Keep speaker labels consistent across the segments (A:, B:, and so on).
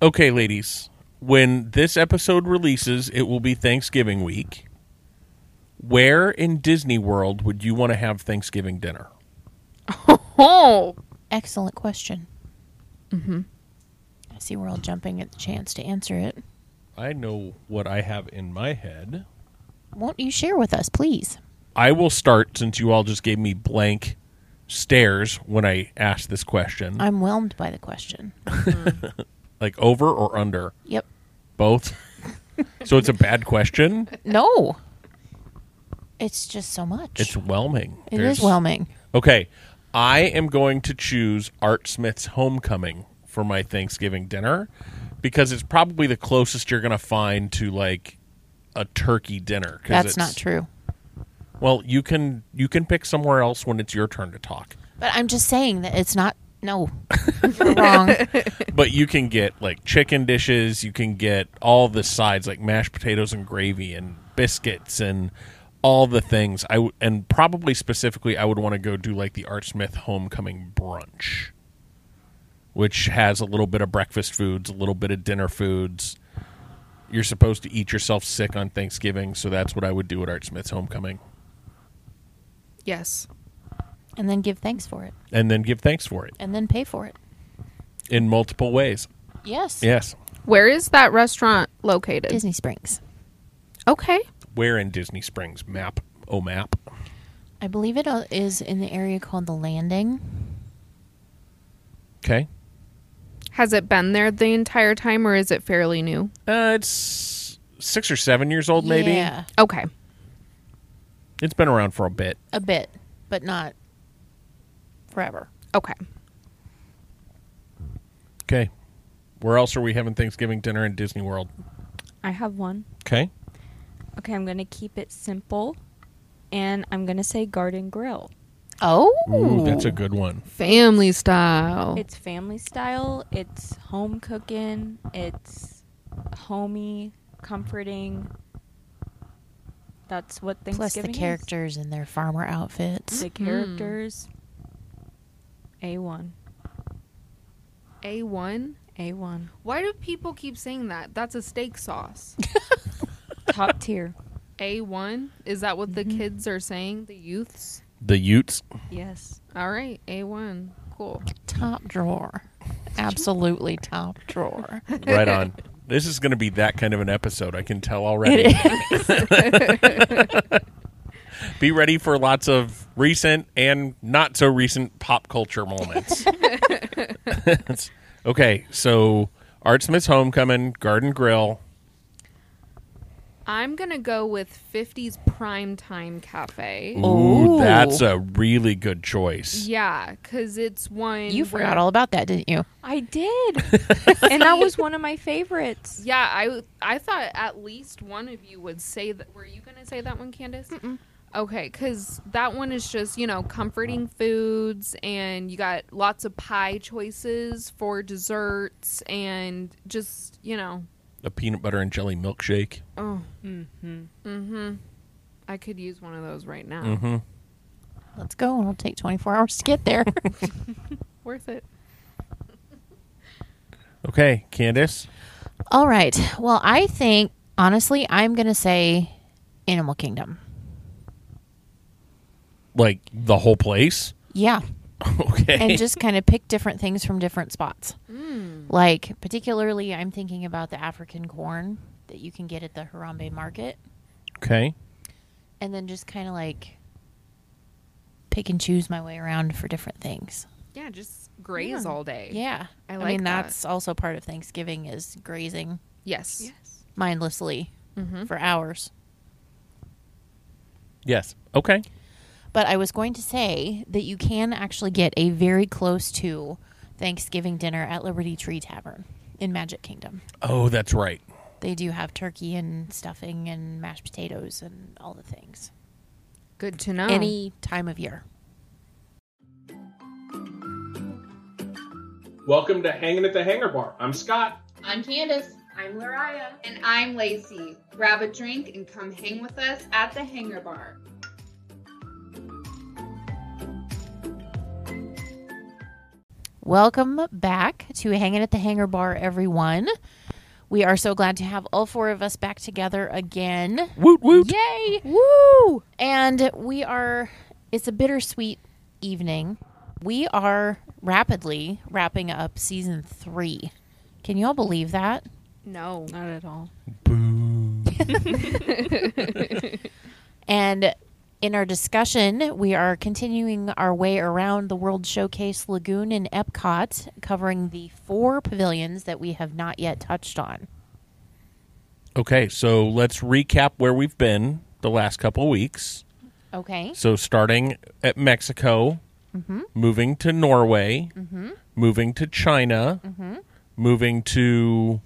A: Okay, ladies, when this episode releases, it will be Thanksgiving week. Where in Disney World would you want to have Thanksgiving dinner?
B: Oh,
C: Excellent question. Mm-hmm. I see we're all jumping at the chance to answer it.
A: I know what I have in my head.
C: Won't you share with us, please?
A: I will start since you all just gave me blank stares when I asked this question.
C: I'm whelmed by the question.
A: like over or under?
C: Yep.
A: Both. so it's a bad question.
C: No. It's just so much.
A: It's whelming.
C: It
A: There's-
C: is whelming.
A: Okay. I am going to choose Art Smith's Homecoming for my Thanksgiving dinner because it's probably the closest you're going to find to like a turkey dinner. 'cause
C: That's
A: it's-
C: not true.
A: Well, you can you can pick somewhere else when it's your turn to talk,
C: But I'm just saying that it's not. No, You're wrong.
A: but you can get like chicken dishes. You can get all the sides like mashed potatoes and gravy and biscuits and all the things. I w- and probably specifically, I would want to go do like the Art Smith Homecoming brunch, which has a little bit of breakfast foods, a little bit of dinner foods. You're supposed to eat yourself sick on Thanksgiving, so that's what I would do at Art Smith's Homecoming,
B: yes.
C: And then give thanks for it,
A: and then give thanks for it
C: and then pay for it.
A: in multiple ways.
C: Yes.
A: Yes.
B: Where is that restaurant located?
C: Disney Springs.
B: Okay.
A: Where in Disney Springs? Map. Oh, map.
C: I believe it uh, is in the area called the Landing.
A: Okay.
B: Has it been there the entire time or is it fairly new?
A: Uh, it's six or seven years old, maybe.
C: Yeah,
B: Okay.
A: It's been around for a bit.
C: a bit, but not forever.
B: Okay.
A: Okay. Where else are we having Thanksgiving dinner in Disney World?
D: I have one.
A: Okay.
D: Okay, I'm gonna keep it simple, and I'm gonna say Garden Grill.
C: Oh,
A: Ooh, that's a good one.
B: Family style.
D: It's family style. It's home cooking. It's homey, comforting. That's what Thanksgiving
C: plus the
D: is.
C: characters in their farmer outfits.
D: The characters. A one.
B: A1.
D: A one.
B: Why do people keep saying that? That's a steak sauce.
D: Top tier.
B: A1? Is that what the kids are saying? The youths?
A: The Utes.
D: Yes.
B: All right. A1. Cool.
C: Mm-hmm. Top drawer, absolutely top drawer.
A: Right on. This is going to be that kind of an episode. I can tell already. be ready for lots of recent and not so recent pop culture moments. okay, so Art Smith's Homecoming, Garden Grill.
B: I'm going to go with 50s Primetime Cafe.
A: Ooh,
C: Ooh.
A: that's a really good choice.
B: Yeah, because it's one.
C: You
B: where-
C: forgot all about that, didn't you?
D: I did, and that was one of my favorites.
B: Yeah, I I thought at least one of you would say that. Were you gonna say that one, Candace? Okay, because that one is just you know comforting foods, and you got lots of pie choices for desserts, and just you know,
A: A peanut butter and jelly milkshake.
B: oh, mm-hmm. I could use one of those right now.
A: Mm-hmm.
C: Let's go, and it'll take 24 hours to get there.
B: Worth it.
A: Okay, Candace.
C: All right. Well, I think honestly, I'm going to say Animal Kingdom.
A: Like the whole place.
C: Yeah,
A: Okay.
C: and just kind of pick different things from different spots. Mm. Like particularly, I'm thinking about the African corn that you can get at the Harambe Market,
A: okay.
C: and then just kind of like pick and choose my way around for different things.
B: Yeah, just graze all day.
C: Yeah,
B: I
C: I
B: like
C: mean,
B: that.
C: that's also part of Thanksgiving is grazing
B: Yes. Mm-hmm.
D: Yes.
C: mindlessly for hours.
A: Yes. Okay.
C: But I was going to say that you can actually get a very close to Thanksgiving dinner at Liberty Tree Tavern in Magic Kingdom.
A: Oh, that's right.
C: They do have turkey and stuffing and mashed potatoes and all the things.
B: Good to know.
C: Any time of year.
E: Welcome to Hanging at the Hangar Bar. I'm Scott.
F: I'm Candace. I'm Lariah. And I'm Lacey. Grab a drink and come hang with us at the Hangar Bar.
C: Welcome back to Hanging at the Hangar Bar, everyone. We are so glad to have all four of us back together again.
A: Woot woot.
C: Yay! Woo! And we are, it's a bittersweet evening. We are rapidly wrapping up season three. Can y'all believe that?
B: No.
D: Not at all.
A: Boo.
C: And in our discussion, we are continuing our way around the World Showcase Lagoon in Epcot, covering the four pavilions that we have not yet touched on.
A: Okay, so let's recap where we've been the last couple of weeks.
C: Okay.
A: So starting at Mexico,
C: Mm-hmm.
A: moving to Norway, moving to China,
C: Mm-hmm.
A: moving to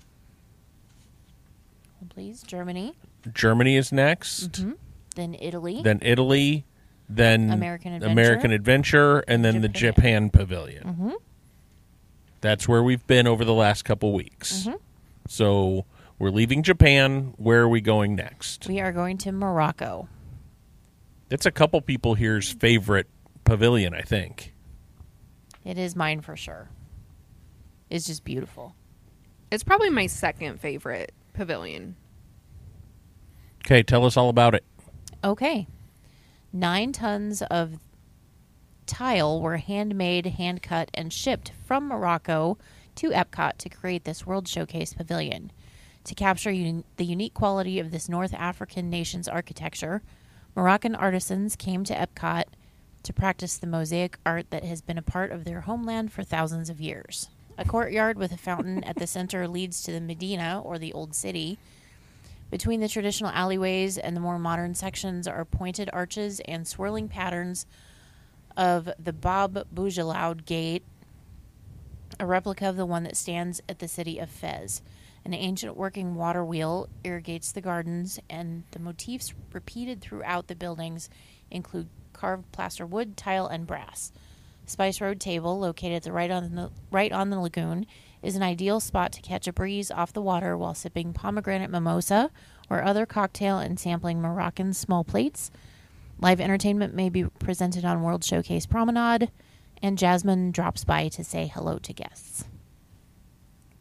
C: Please, Germany,
A: Germany is next,
C: Mm-hmm. then Italy.
A: then Italy, then
C: American Adventure. Mm-hmm.
A: American Adventure, and then the Japan Pavilion. That's where we've been over the last couple weeks.
C: Mm-hmm.
A: So we're leaving Japan. Where are we going next?
C: we are going to Morocco.
A: That's a couple people here's favorite pavilion, I think.
C: It is mine for sure. It's just beautiful.
B: It's probably my second favorite pavilion.
A: Okay, tell us all about it.
C: Okay. Nine tons of tile were handmade, hand cut, and shipped from Morocco to Epcot to create this World Showcase Pavilion. To capture un- the unique quality of this North African nation's architecture, Moroccan artisans came to Epcot to practice the mosaic art that has been a part of their homeland for thousands of years. A courtyard with a fountain at the center leads to the Medina, or the Old City, between the traditional alleyways and the more modern sections are pointed arches and swirling patterns of the Bob Bougelod Gate, a replica of the one that stands at the city of Fez. An ancient working water wheel irrigates the gardens, and the motifs repeated throughout the buildings include carved plaster wood, tile, and brass. Spice Road Table, located at the right on the right on the lagoon, is an ideal spot to catch a breeze off the water while sipping pomegranate mimosa or other cocktail and sampling Moroccan small plates. Live entertainment may be presented on World Showcase Promenade, and Jasmine drops by to say hello to guests.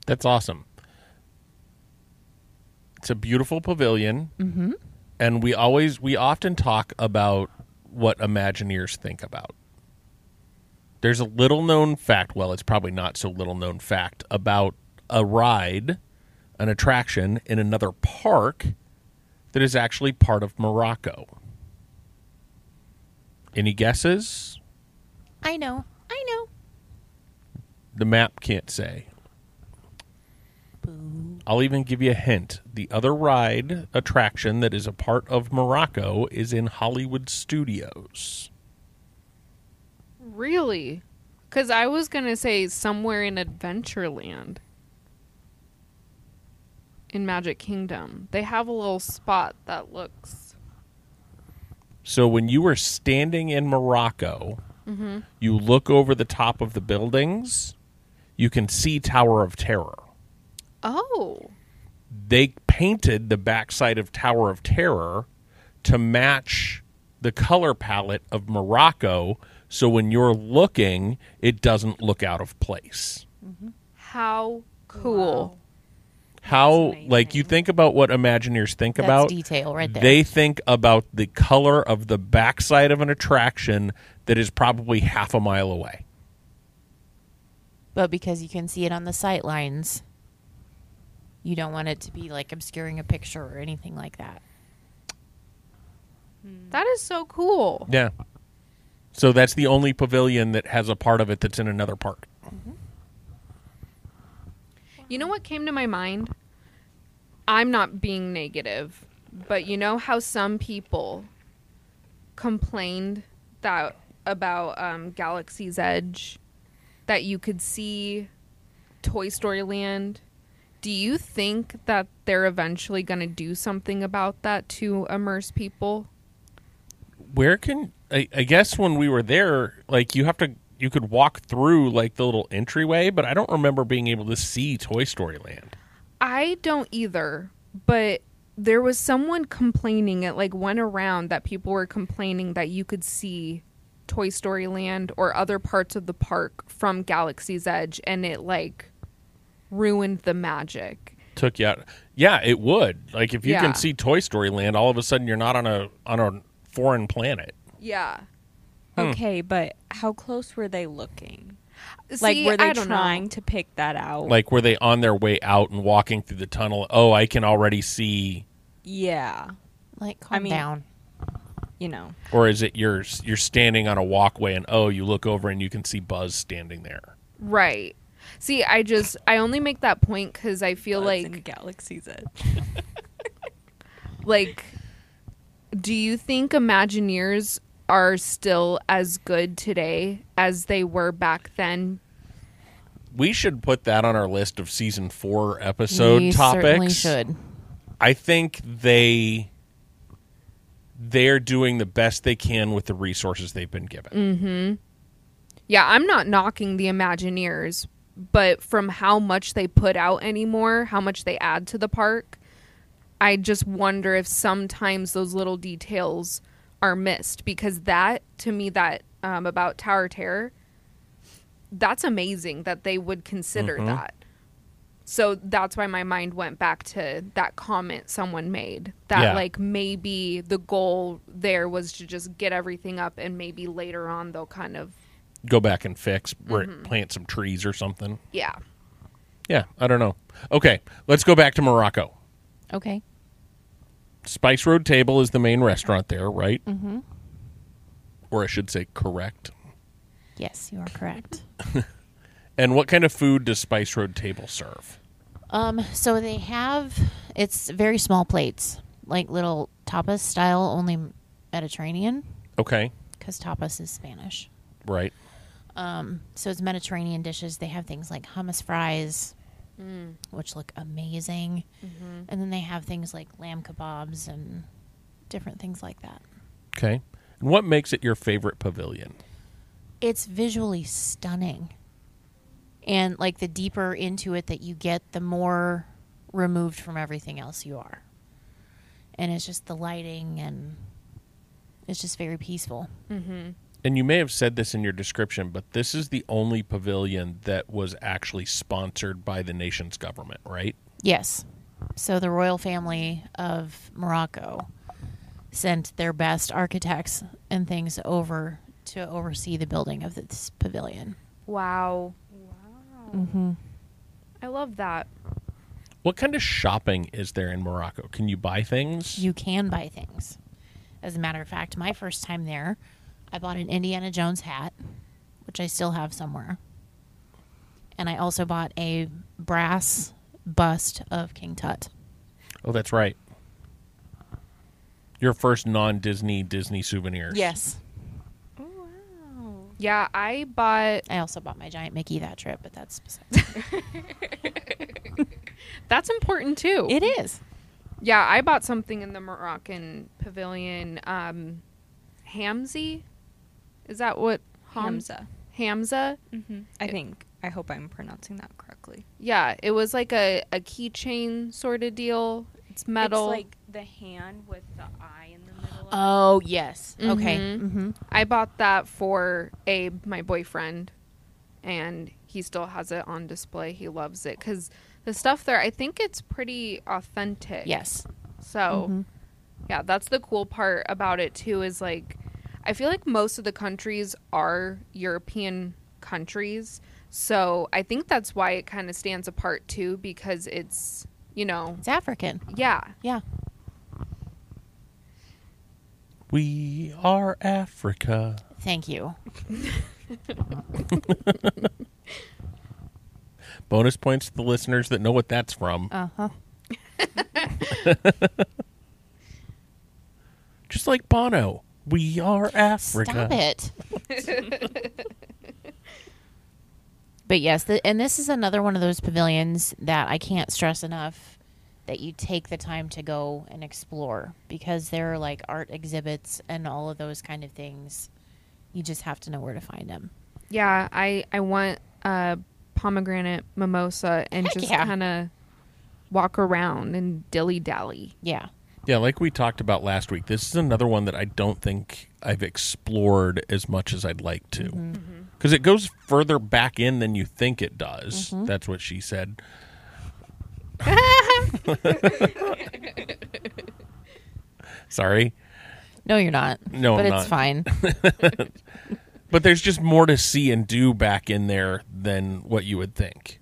A: That's awesome. It's a beautiful pavilion, mm-hmm. and we always we often talk about what Imagineers think about. There's a little known fact. Well, it's probably not so little known fact about a ride, an attraction in another park that is actually part of Morocco. Any guesses?
C: I know, I know.
A: The map can't say. I'll even give you a hint. The other ride attraction that is a part of Morocco is in Hollywood Studios.
B: Really? Because I was going to say somewhere in Adventureland. In Magic Kingdom. They have a little spot that looks.
A: So when you were standing in Morocco, you look over the top of the buildings, you can see Tower of Terror.
B: Oh.
A: they painted the backside of Tower of Terror to match the color palette of Morocco. So when you're looking, it doesn't look out of place.
B: How cool.
A: How, like, you think about what Imagineers think
C: That's
A: about
C: detail right there.
A: They think about the color of the backside of an attraction that is probably half a mile away.
C: but because you can see it on the sight lines, you don't want it to be like obscuring a picture or anything like that.
B: That is so cool.
A: Yeah. So that's the only pavilion that has a part of it that's in another park.
B: You know what came to my mind? I'm not being negative, but you know how some people complained that about um, Galaxy's Edge that you could see Toy Story Land. Do you think that they're eventually going to do something about that to immerse people?
A: where can I, I guess when we were there like you have to you could walk through like the little entryway but i don't remember being able to see toy story land
B: I don't either, but there was someone complaining it like went around that people were complaining that you could see Toy Story Land or other parts of the park from Galaxy's Edge, and it like ruined the magic.
A: took you out. Yeah, it would. Like if you
B: Yeah.
A: can see Toy Story Land, all of a sudden you're not on a on a foreign planet.
B: Yeah.
C: Hmm.
D: Okay, but how close were they looking?
B: See,
D: like, were they
B: I don't know.
D: trying to pick that out?
A: Like were they on their way out and walking through the tunnel? Oh, I can already see.
D: yeah,
C: Like, calm
D: mean-
C: down.
D: you know.
A: Or is it you're you're standing on a walkway and oh, you look over and you can see Buzz standing there.
B: Right. See, I just I only make that point because I feel
D: Buzz
B: like
D: in Galaxy's Edge.
B: like do you think imagineers are still as good today as they were back then
A: We should put that on our list of season four episode
C: you
A: topics.
C: certainly should.
A: I think they they're doing the best they can with the resources they've been given.
B: yeah i'm not knocking the imagineers but from how much they put out anymore how much they add to the park i just wonder if sometimes those little details are missed because that to me that um, about tower terror that's amazing that they would consider that so that's why my mind went back to that comment someone made that
A: Yeah.
B: like maybe the goal there was to just get everything up and maybe later on they'll kind of
A: Go back and fix where it plant some trees or something.
B: yeah
A: Yeah, I don't know. Okay, let's go back to Morocco.
C: Okay.
A: Spice Road Table is the main restaurant there, right? Mm-hmm. Or I should say, correct.
C: Yes, you are correct.
A: And what kind of food does Spice Road Table serve?
C: Um, so they have it's very small plates, like little tapas style, only Mediterranean,
A: Okay,
C: because tapas is Spanish.
A: right.
C: So it's Mediterranean dishes. They have things like hummus fries, which look amazing, and then they have things like lamb kebabs and different things like that.
A: Okay. And what makes it your favorite pavilion?
C: It's visually stunning, and like the deeper into it that you get, the more removed from everything else you are, and it's just the lighting and it's just very peaceful.
A: And you may have said this in your description, but this is the only pavilion that was actually sponsored by the nation's government, right?
C: Yes. So the royal family of Morocco sent their best architects and things over to oversee the building of this pavilion.
B: Wow. Wow. I love that.
A: What kind of shopping is there in Morocco? Can you buy things?
C: You can buy things. As a matter of fact, my first time there, I bought an Indiana Jones hat, which I still have somewhere. And I also bought a brass bust of King Tut.
A: oh, that's right. Your first non-Disney Disney souvenirs.
C: Yes.
B: Yeah, I bought.
C: I also bought my giant Mickey that trip, but that's
B: That's important too.
C: it is.
B: yeah, I bought something in the Moroccan pavilion. Um, Hamzi, is that what Hams-
D: Hamza.
B: Hamza?
D: I think. I hope I'm pronouncing that correctly.
B: Yeah, it was like a a keychain sort of deal. It's metal.
D: It's like the hand with the eye in the middle. Of
C: Oh, yes. Okay.
B: Mhm.
C: hmm
B: I bought that for Abe, my boyfriend, and he still has it on display. He loves it because the stuff there, I think it's pretty authentic.
C: Yes.
B: So, yeah, that's the cool part about it too is like I feel like most of the countries are European countries. So, I think that's why it kind of stands apart too because it's, you know,
C: It's African.
B: yeah.
C: Yeah.
A: We are Africa.
C: Thank you.
A: Bonus points to the listeners that know what that's from.
C: Uh huh.
A: Just like Bono. We are Africa.
C: Stop it. but yes, the, and this is another one of those pavilions that I can't stress enough that you take the time to go and explore because there are like art exhibits and all of those kind of things. You just have to know where to find them.
B: Yeah, I I want a pomegranate mimosa and
C: Heck
B: just
C: yeah.
B: kind of walk around and dilly dally.
C: Yeah.
A: Yeah, like we talked about last week, this is another one that I don't think I've explored as much as I'd like to. Cuz it goes further back in than you think it does. That's what she said. Sorry.
C: No, you're not.
A: No,
C: but
A: I'm
C: it's
A: not.
C: fine.
A: But there's just more to see and do back in there than what you would think.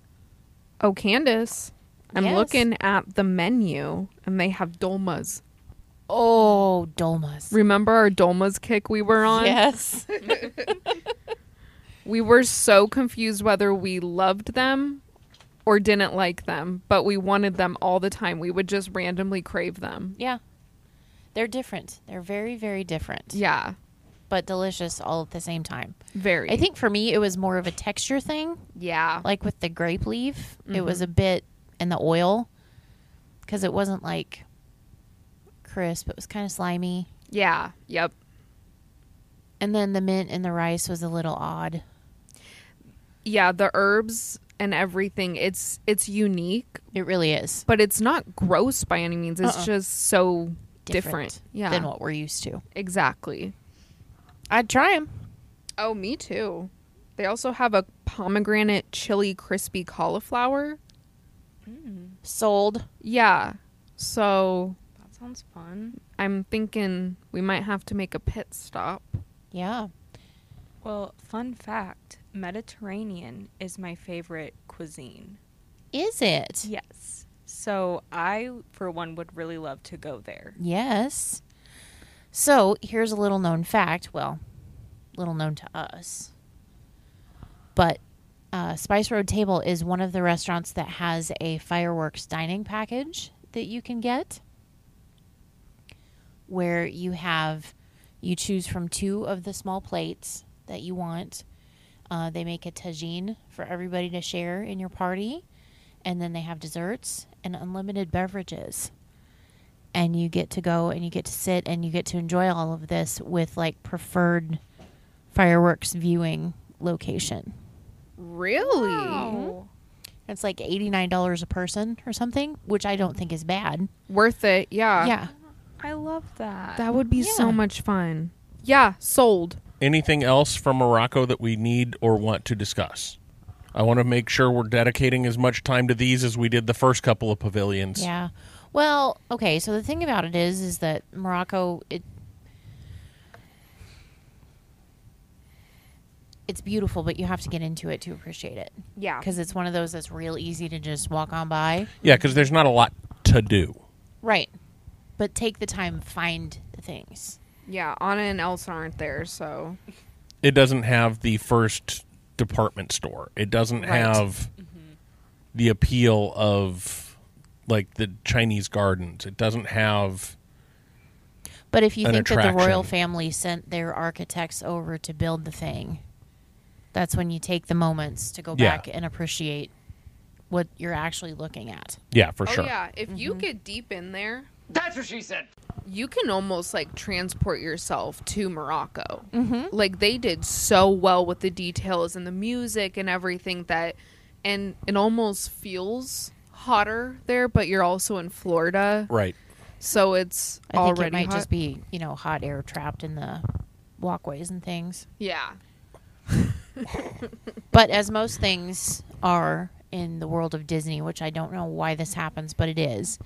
B: Oh, Candace, I'm
C: Yes.
B: looking at the menu and they have dolmas.
C: Oh, dolmas.
B: Remember our dolmas kick we were on?
C: Yes.
B: We were so confused whether we loved them or didn't like them, but we wanted them all the time. We would just randomly crave them.
C: yeah. They're different. They're very, very different.
B: Yeah,
C: But delicious all at the same time.
B: very.
C: I think for me, it was more of a texture thing.
B: Yeah.
C: Like with the grape leaf, it was a bit in the oil because it wasn't like crisp. It was kind of slimy.
B: yeah. Yep.
C: And then the mint and the rice was a little odd.
B: Yeah. The herbs and everything. It's it's unique,
C: It really is
B: but it's not gross by any means. It's
C: Uh-uh.
B: just so different.
C: different,
B: Yeah.
C: than what we're used to.
B: Exactly.
C: I'd try them.
B: Oh, me too. They also have a pomegranate chili crispy cauliflower.
C: Sold.
B: Yeah. So
D: That sounds fun.
B: I'm thinking we might have to make a pit stop.
C: Yeah.
D: Well, fun fact Mediterranean is my favorite cuisine.
C: Is it?
D: Yes. So I, for one, would really love to go there.
C: Yes. So here's a little known fact. Well, little known to us. But uh, Spice Road Table is one of the restaurants that has a fireworks dining package that you can get where you have, you choose from two of the small plates that you want. Uh, they make a tagine for everybody to share in your party. And then they have desserts and unlimited beverages and you get to go and you get to sit and you get to enjoy all of this with like preferred fireworks viewing location.
B: Really?
C: It's like $89 a person or something, which I don't think is bad.
B: Worth it. Yeah.
C: yeah.
D: I love that.
B: That would be so
C: Yeah.
B: much fun. Yeah, sold.
A: Anything else from Morocco that we need or want to discuss? I want to make sure we're dedicating as much time to these as we did the first couple of pavilions.
C: Yeah. Well, okay, so the thing about it is is that Morocco it it's beautiful, but you have to get into it to appreciate it.
B: Yeah.
C: Cuz it's one of those that's real easy to just walk on by.
A: Yeah, because there's not a lot to do.
C: Right. But take the time find the things.
B: Yeah, Anna and Elsa aren't there, so
A: It doesn't have the first department store. It doesn't
C: Right.
A: have
B: Mm-hmm.
A: the appeal of like the Chinese gardens. It doesn't have
C: But if you
A: an
C: think that the royal
A: attraction.
C: family sent their architects over to build the thing, that's when you take the moments to go
A: Yeah.
C: back and appreciate what you're actually looking at.
A: yeah, for sure.
B: Oh yeah, if you get deep in there, that's what she said. You can almost like transport yourself to Morocco. Mm-hmm. Like they did so well with the details and the music and everything that, and it almost feels hotter there, but you're also in Florida,
A: Right.
B: so it's
C: I think
B: already
C: it might
B: hot.
C: just be, you know, hot air trapped in the walkways and things.
B: yeah,
C: But as most things are in the world of Disney, which I don't know why this happens, but it is.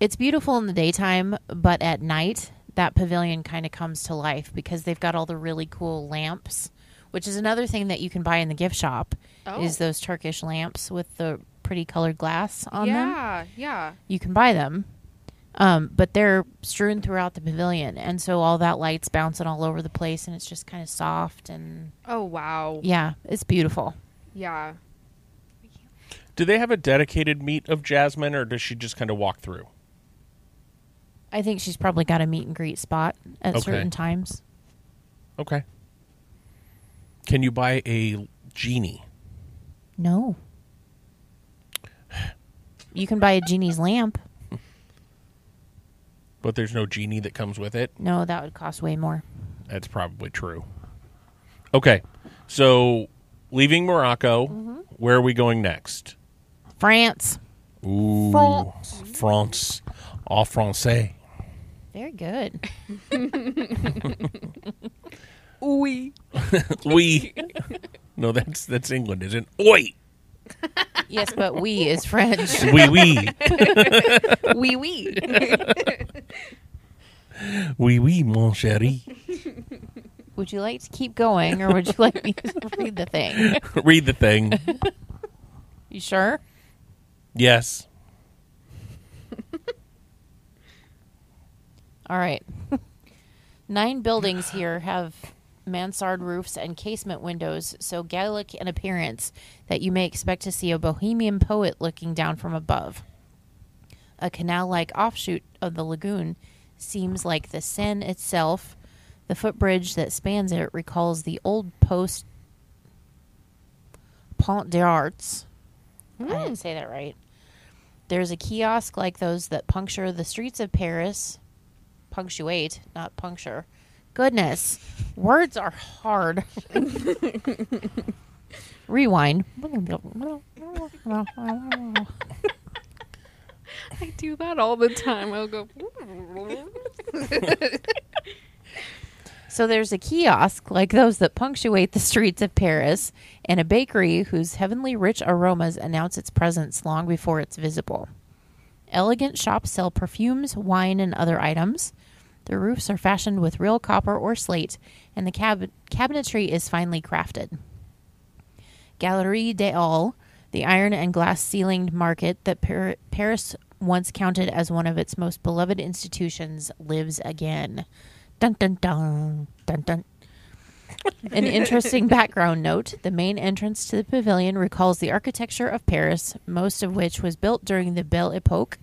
C: It's beautiful in the daytime, but at night, that pavilion kind of comes to life because they've got all the really cool lamps, which is another thing that you can buy in the gift shop is
B: Oh.
C: those Turkish lamps with the pretty colored glass on them
B: yeah, yeah.
C: you can buy them. Um, but they're strewn throughout the pavilion, and so all that light's bouncing all over the place, and it's just kind of soft and
B: Oh wow,
C: yeah, it's beautiful.
B: yeah.
A: Do they have a dedicated meet of Jasmine or does she just kind of walk through?
C: I think she's probably got a meet and greet spot at
A: Okay.
C: certain times.
A: Okay. Can you buy a genie?
C: No, you can buy a genie's lamp.
A: but there's no genie that comes with it.
C: No, that would cost way more.
A: That's probably true. Okay, so leaving Morocco,
B: Mm-hmm.
A: where are we going next?
C: France,
A: Ooh, France, en français.
C: Very good.
B: Ooey.
A: We. No, that's that's England, isn't it? Oi!
C: Yes, but we is French.
A: Wee wee.
B: Wee wee.
A: Wee wee, mon chéri.
C: Would you like to keep going, or would you like me to read the thing?
A: Read the thing.
C: You sure?
A: Yes.
C: All right. Nine buildings here have mansard roofs and casement windows, so Gallic in appearance that you may expect to see a bohemian poet looking down from above. A canal like offshoot of the lagoon seems like the Seine itself. The footbridge that spans it recalls the old post Pont des Arts. I didn't say that right. There's a kiosk like those that puncture the streets of Paris. Punctuate, not puncture. Goodness, words are hard. Rewind.
B: I do that all the time. I'll go.
C: So there's a kiosk like those that punctuate the streets of Paris, and a bakery whose heavenly rich aromas announce its presence long before it's visible. Elegant shops sell perfumes, wine, and other items. The roofs are fashioned with real copper or slate, and the cab- cabinetry is finely crafted. Galerie des Halles, the iron and glass ceilinged market that Par- Paris once counted as one of its most beloved institutions, lives again. Dun dun dun dun dun. An interesting background note the main entrance to the pavilion recalls the architecture of Paris, most of which was built during the Belle Epoque,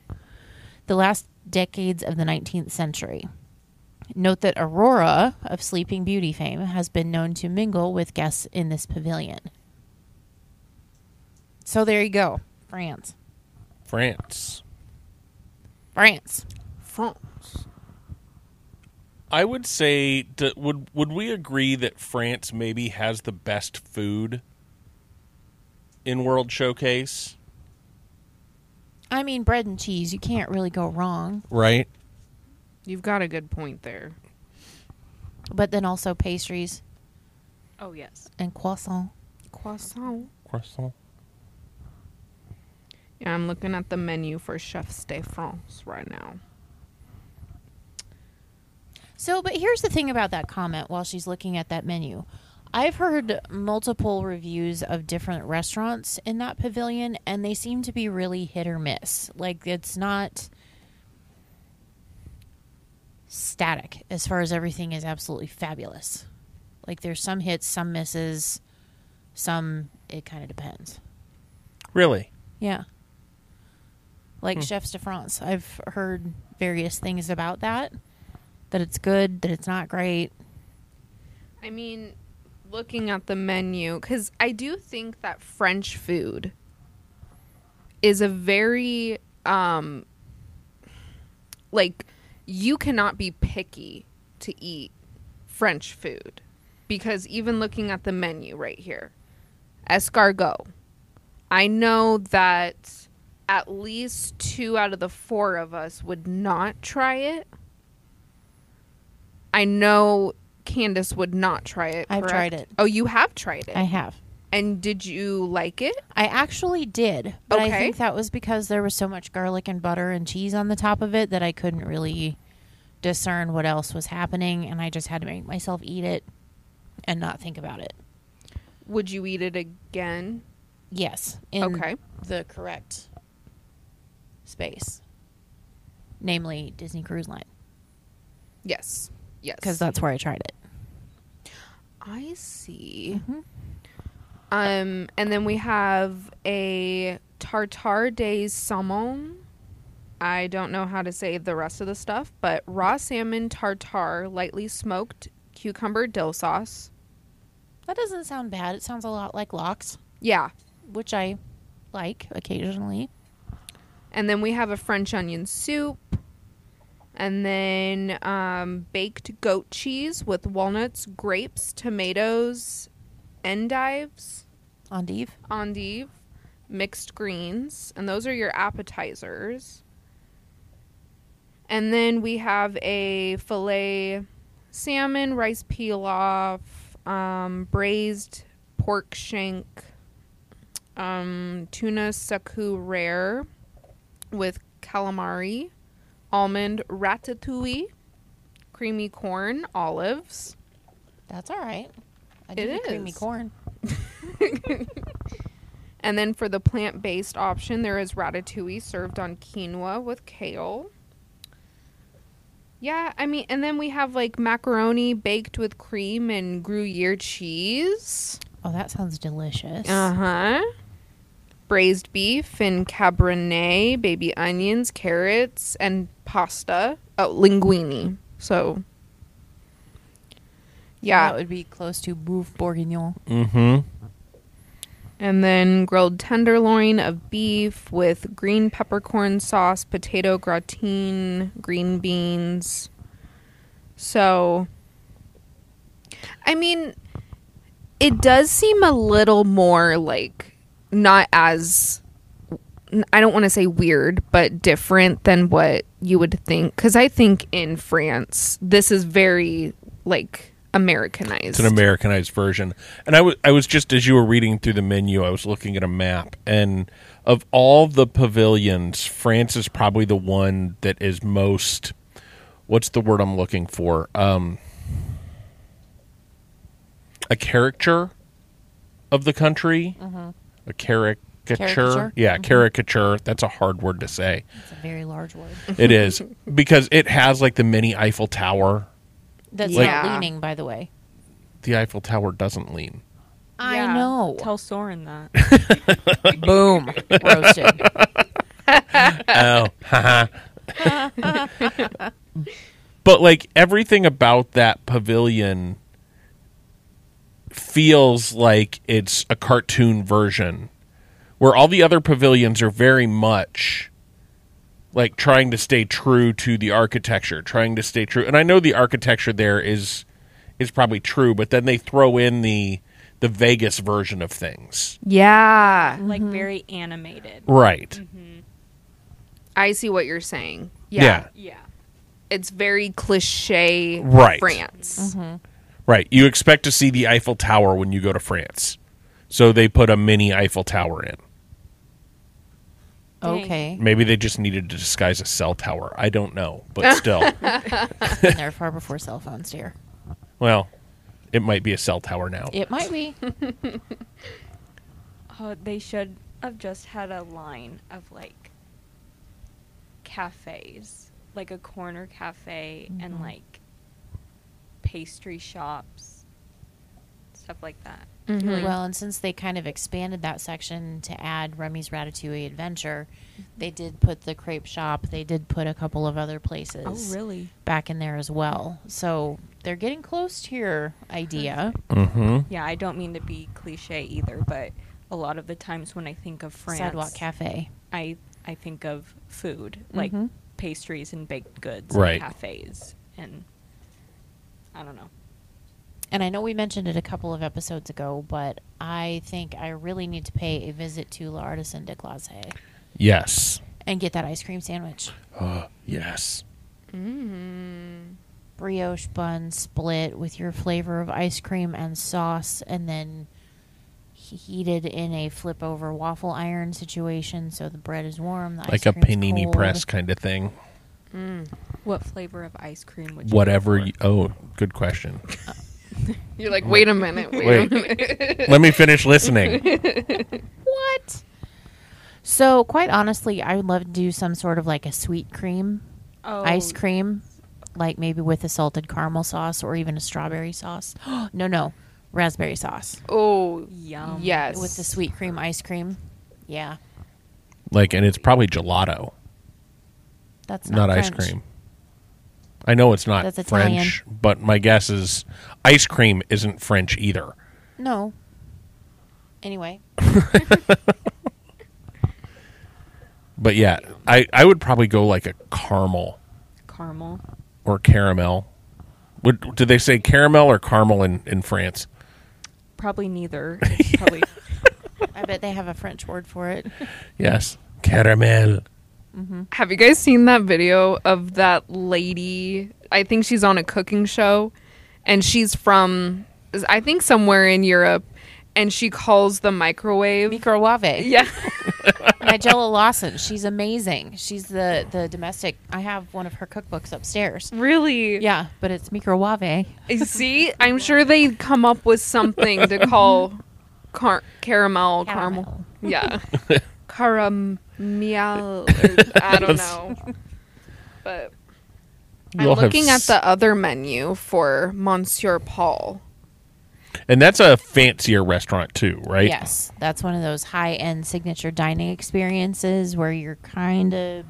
C: the last decades of the 19th century. Note that Aurora of Sleeping Beauty fame has been known to mingle with guests in this pavilion. So there you go. France.
A: France.
C: France.
B: France.
A: I would say d would would we agree that France maybe has the best food in World Showcase,
C: I mean, bread and cheese, you can't really go wrong.
A: right?
B: You've got a good point there.
C: But then also pastries
D: Oh, yes.
C: and croissant.
B: Croissant.
A: Croissant.
B: Yeah, I'm looking at the menu for Chefs de France right now.
C: So, but here's the thing about that comment while she's looking at that menu. I've heard multiple reviews of different restaurants in that pavilion, and they seem to be really hit or miss. Like, it's not static as far as everything is absolutely fabulous. Like, there's some hits, some misses, some, it kind of depends.
A: Really?
C: Yeah.
B: Hmm.
C: Like Chefs de France. I've heard various things about that that it's good, that it's not great.
B: I mean, looking at the menu, because I do think that French food is a very, um, like, you cannot be picky to eat French food. Because even looking at the menu right here, escargot, I know that at least two out of the four of us would not try it. I know Candace would not try it.
C: I've
B: correct?
C: tried it.
B: Oh, you have tried it.
C: I have.
B: and did you like it?
C: I actually did, but I
B: Okay.
C: think that was because there was so much garlic and butter and cheese on the top of it that I couldn't really discern what else was happening, and I just had to make myself eat it and not think about it.
B: Would you eat it again?
C: Yes, in
B: Okay.
C: the correct space, namely Disney Cruise Line,
B: Yes. Yes.
C: because that's where I tried it.
B: I see. Um, and then we have a tartare de saumon. I don't know how to say the rest of the stuff, but raw salmon tartare, lightly smoked cucumber dill sauce.
C: That doesn't sound bad. It sounds a lot like lox,
B: Yeah.
C: which I like occasionally.
B: And then we have a French onion soup. And then um, baked goat cheese with walnuts, grapes, tomatoes, endives,
C: Endive.
B: endive, mixed greens. And those are your appetizers. And then we have a filet salmon, rice pilaf, um, braised pork shank, um, tuna saku rare with calamari, almond ratatouille, creamy corn, olives.
C: That's all right. I
B: It
C: do the creamy
B: is.
C: corn.
B: And then for the plant based option, there is ratatouille served on quinoa with kale. Yeah, I mean, and then we have like macaroni baked with cream and Gruyere cheese.
C: Oh, that sounds delicious.
B: Uh huh. Braised beef and cabernet, baby onions, carrots, and pasta. Oh, linguine. So, yeah.
C: That would be close to bouffe bourguignon.
A: Mm-hmm.
B: And then grilled tenderloin of beef with green peppercorn sauce, potato gratin, green beans. So, I mean, it does seem a little more like not as, I don't want to say weird, but different than what you would think. Because I think in France, this is very like Americanized.
A: It's an Americanized version. And I was I was just as you were reading through the menu, I was looking at a map and of all the pavilions, France is probably the one that is most what's the word I'm looking for? Um a caricature of the country. A caricature.
C: Caricature?
A: Yeah, caricature. That's a hard word to say.
C: It's a very large word.
B: Mm.
A: It is because it has like the mini Eiffel Tower.
C: That's
B: Yeah.
C: not leaning, by the way.
A: The Eiffel Tower doesn't lean.
C: I know.
D: Tell Soren that.
C: Boom. Roasted.
A: oh, haha. but like everything about that pavilion feels like it's a cartoon version where all the other pavilions are very much like trying to stay true to the architecture, trying to stay true. And I know the architecture there is is probably true, but then they throw in the the Vegas version of things.
B: Yeah.
D: Like very animated.
A: Right.
B: I see what you're saying.
A: yeah.
D: Yeah.
B: it's very cliche
A: Right.
B: France.
A: Right. You expect to see the Eiffel Tower when you go to France. So they put a mini Eiffel Tower in.
C: Okay.
A: Maybe they just needed to disguise a cell tower. I don't know, but still.
C: And they're far before cell phones, dear.
A: well, it might be a cell tower now.
C: It might be.
D: Oh, they should have just had a line of like cafes, like a corner cafe and like pastry shops, stuff like that.
C: Well,
B: Mm-hmm.
C: and since they kind of expanded that section to add Remy's Ratatouille Adventure, they did put the crepe shop. They did put a couple of other places
B: Oh,
D: really?
C: back in there as well. So they're getting close to your idea.
A: Mm-hmm.
D: Yeah, I don't mean to be cliche either, but a lot of the times when I think of France,
C: Sidewalk Cafe.
D: I I think of food like
C: Mhm.
D: pastries and baked goods,
A: Right.
D: and cafes, and I don't know.
C: And I know we mentioned it a couple of episodes ago, but I think I really need to pay a visit to La Artisan de Glace
A: Yes.
C: and get that ice cream sandwich.
A: Yes.
C: brioche bun split with your flavor of ice cream and sauce and then he- heated in a flip over waffle iron situation so the bread is warm the
A: Like
C: ice
A: a
C: cream's
A: panini
C: cold.
A: press kind of thing.
D: What flavor of ice cream would you
A: Whatever. You, oh, good question.
B: You're like, wait a minute, wait,
A: Wait.
B: a minute.
A: Let me finish listening.
C: what so quite honestly i would love to do some sort of like a sweet cream
D: Oh,
C: ice cream like maybe with a salted caramel sauce or even a strawberry sauce no no raspberry sauce
B: oh,
D: Yum.
B: yes.
C: with the sweet cream ice cream yeah
A: Like, and it's probably gelato,
C: that's
A: not,
C: not,
A: ice
C: French.
A: cream. I know it's not
C: That's
A: French, but my guess is ice cream isn't French either.
C: No. Anyway,
A: But yeah, I, I would probably go like a caramel
D: caramel.
A: or caramel. Would, do they say caramel or caramel in, in France?
D: Probably neither. Probably
C: I bet they have a French word for it.
A: Yes. Caramel.
B: Have you guys seen that video of that lady? I think she's on a cooking show and she's from I think somewhere in Europe and she calls the microwave
C: Microwave.
B: yeah.
C: Nigella Lawson. She's amazing. She's the the domestic. I have one of her cookbooks upstairs.
B: Mm-hmm. Really?
C: Yeah, but it's microwave.
B: See, I'm sure they come up with something to call car- caramel, caramel. Yeah. Caramel. or- I don't know. But I'm
A: You'll have
B: looking at
A: s-
B: the other menu for Monsieur Paul.
A: and that's a fancier restaurant too, right?
C: Yes, that's one of those high end signature dining experiences where you're kind of.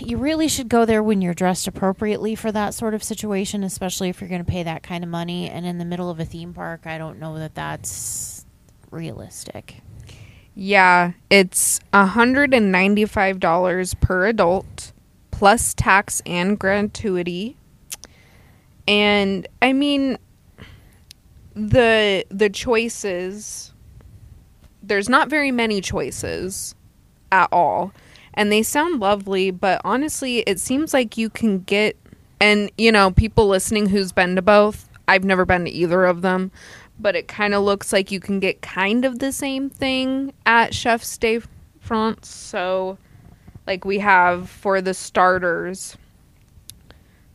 C: You really should go there when you're dressed appropriately for that sort of situation, especially if you're going to pay that kind of money. And in the middle of a theme park, I don't know that that's realistic.
B: Yeah, it's $195 per adult plus tax and gratuity. And I mean the the choices there's not very many choices at all. And they sound lovely, but honestly, it seems like you can get and you know, people listening who's been to both, I've never been to either of them, but it kind of looks like you can get kind of the same thing at Chef's Day France. So, like we have for the starters,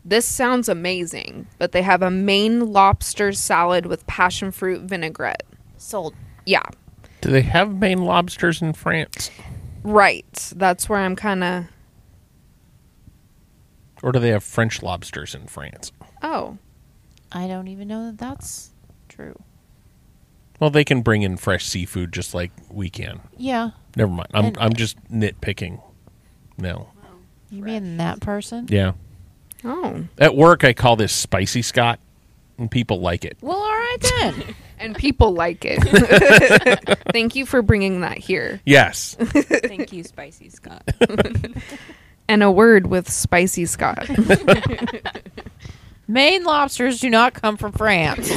B: this sounds amazing, but they have a main lobster salad with passion fruit vinaigrette.
C: Sold.
B: Yeah,
A: Do they have Maine lobsters in France,
B: right. That's where I'm kind of.
A: or do they have French lobsters in France?
B: Oh,
C: I don't even know that that's true.
A: Well, they can bring in fresh seafood just like we can.
C: Yeah,
A: Never mind. I'm
C: And-
A: I'm just nitpicking. No.
C: you mean that person?
A: Yeah.
B: oh.
A: At work, I call this spicy Scott, and people like it.
C: Well, all right then.
B: And people like it. Thank you for bringing that here.
A: Yes.
D: Thank you, Spicy Scott.
B: And a word with Spicy Scott.
C: Maine lobsters do not come from France.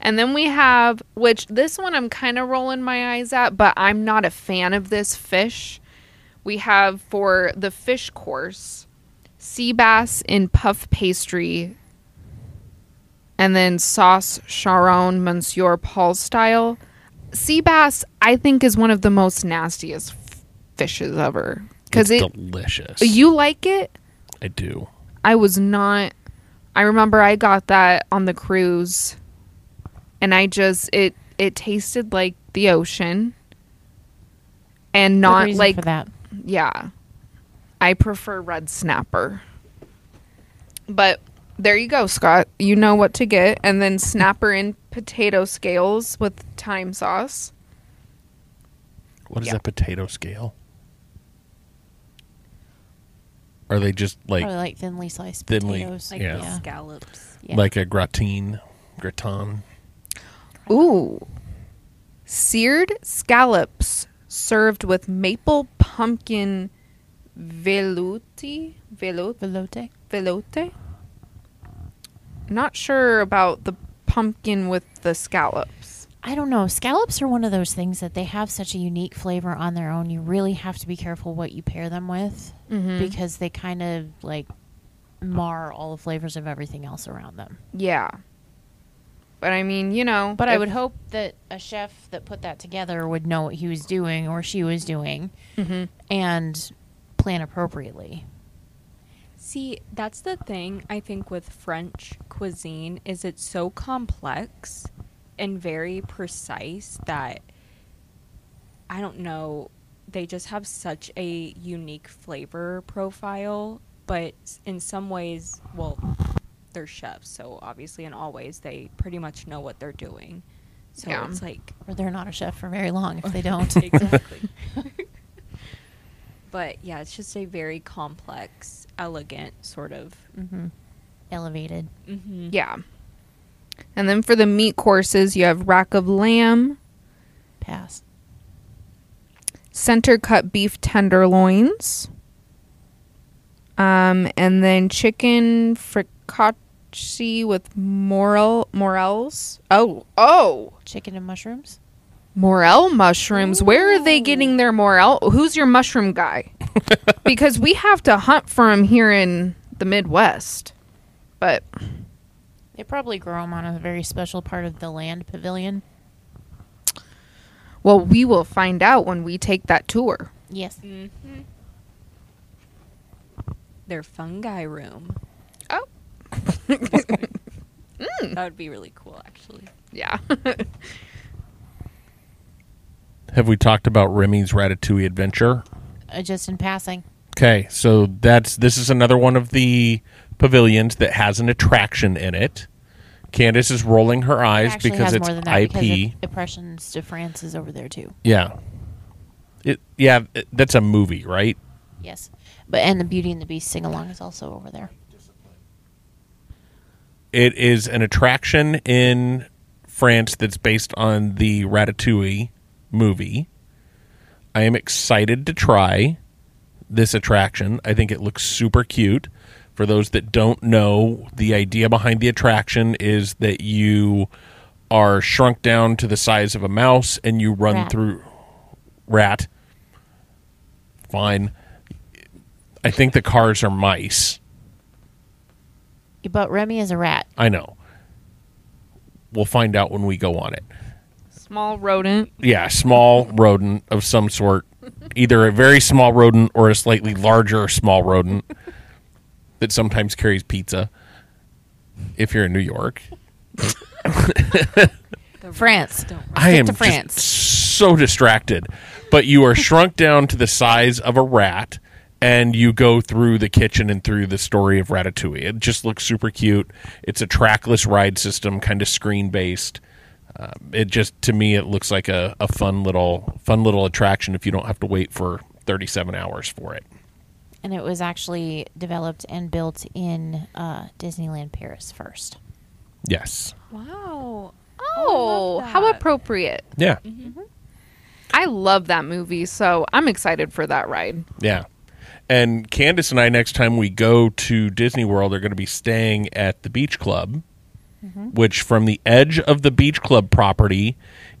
B: And then we have, which this one I'm kind of rolling my eyes at, but I'm not a fan of this fish. We have for the fish course sea bass in puff pastry and then sauce charon monsieur paul style sea bass i think is one of the most nastiest f- fishes ever because it
A: It's delicious.
B: you like it
A: I do.
B: I was not. I remember I got that on the cruise, and I just it it tasted like the ocean, and
C: Good
B: not
C: reason
B: like
C: for that.
B: yeah. I prefer red snapper, but there you go, Scott. You know what to get, and then snapper in potato scales with thyme sauce.
A: What is
B: Yeah.
A: that potato scale? Are they just like
C: Probably like thinly sliced
A: Thinly,
C: potatoes.
D: Like
A: Yeah.
D: the scallops.
C: yeah.
A: like a gratin, gratin?
B: Ooh. Seared scallops served with maple pumpkin velouté. Veloute?
C: velote.
B: Veloute? Not sure about the pumpkin with the scallops.
C: I don't know. Scallops are one of those things that they have such a unique flavor on their own. You really have to be careful what you pair them with because they kind of like mar all the flavors of everything else around them.
B: Yeah. But I mean, you know.
C: But I
B: if-
C: would hope that a chef that put that together would know what he was doing or she was doing and plan appropriately.
D: See, that's the thing I think with French cuisine is it's so complex and very precise that I don't know, they just have such a unique flavor profile, but in some ways, well, they're chefs, so obviously in all ways they pretty much know what they're doing. So
B: Yeah.
D: it's like
C: Or they're not a chef for very long if they don't.
D: exactly. but yeah, it's just a very complex, elegant sort of.
C: Elevated.
B: Yeah. And then for the meat courses, you have rack of lamb,
C: Pass.
B: center cut beef tenderloins, um, and then chicken fricassee with morel morels. Oh, oh,
C: Chicken and mushrooms.
B: Morel mushrooms. Where are they getting their morel? Who's your mushroom guy? because we have to hunt for them here in the Midwest. But
C: They probably grow them on a very special part of the land pavilion.
B: well, we will find out when we take that tour.
C: Yes.
D: Their fungi room.
B: Oh.
D: That would be really cool, actually.
B: Yeah.
A: Have we talked about Remy's Ratatouille adventure?
C: Uh, just in passing.
A: Okay, so that's this is another one of the pavilions that has an attraction in it. Candace is rolling her eyes
C: actually
A: because
C: has
A: it's
C: more than that
A: IP.
C: because it- Oppressions to France is over there too.
A: yeah. It, yeah, it- that's a movie, right?
C: Yes. But and the Beauty and the Beast sing along is also over there.
A: It is an attraction in France that's based on the Ratatouille movie. I am excited to try this attraction. I think it looks super cute. For those that don't know, the idea behind the attraction is that you are shrunk down to the size of a mouse and you run
C: Rat.
A: through rat. Fine. I think the cars are mice.
C: But Remy is a rat.
A: I know. We'll find out when we go on it.
B: Small rodent.
A: Yeah, small rodent of some sort, either a very small rodent or a slightly larger small rodent that sometimes carries pizza if you're in New York.
D: The
C: France.
D: rats Don't
A: I
C: Get
A: am
C: to
A: just
C: France.
A: so distracted. But you are shrunk down to the size of a rat, and you go through the kitchen and through the story of Ratatouille. It just looks super cute. It's a trackless ride system, kind of screen based. Uh, it just to me, it looks like a, a fun little fun little attraction if you don't have to wait for thirty seven hours for it.
C: And it was actually developed and built in uh, Disneyland Paris first.
A: Yes.
D: Wow.
B: Oh, how
D: that.
B: appropriate.
A: Yeah.
C: Mm-hmm.
B: I love that movie, so I'm excited for that ride.
A: Yeah. And Candace and I, next time we go to Disney World, are going to be staying at the Beach Club, which from the edge of the Beach Club property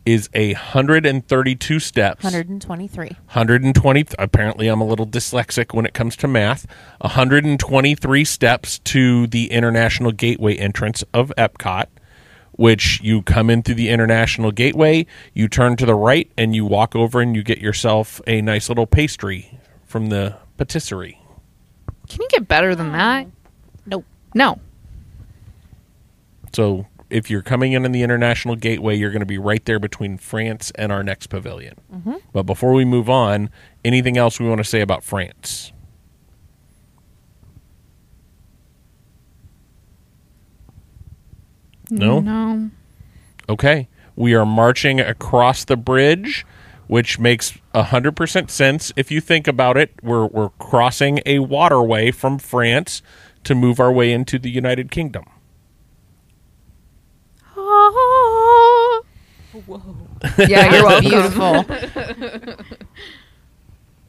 A: is a 132 steps.
C: 123.
A: 120. Apparently, I'm a little dyslexic when it comes to math. 123 steps to the International Gateway entrance of Epcot, which you come in through the International Gateway, you turn to the right, and you walk over and you get yourself a nice little pastry from the patisserie.
B: Can you get better than that?
C: Nope.
B: No.
A: So, if you're coming in on the International Gateway, you're going to be right there between France and our next pavilion. But before we move on, anything else we want to say about France? No?
B: No.
A: Okay. We are marching across the bridge, which makes 100% sense if you think about it. We're, we're crossing a waterway from France to move our way into the United Kingdom.
B: Yeah, you're welcome.
C: Beautiful.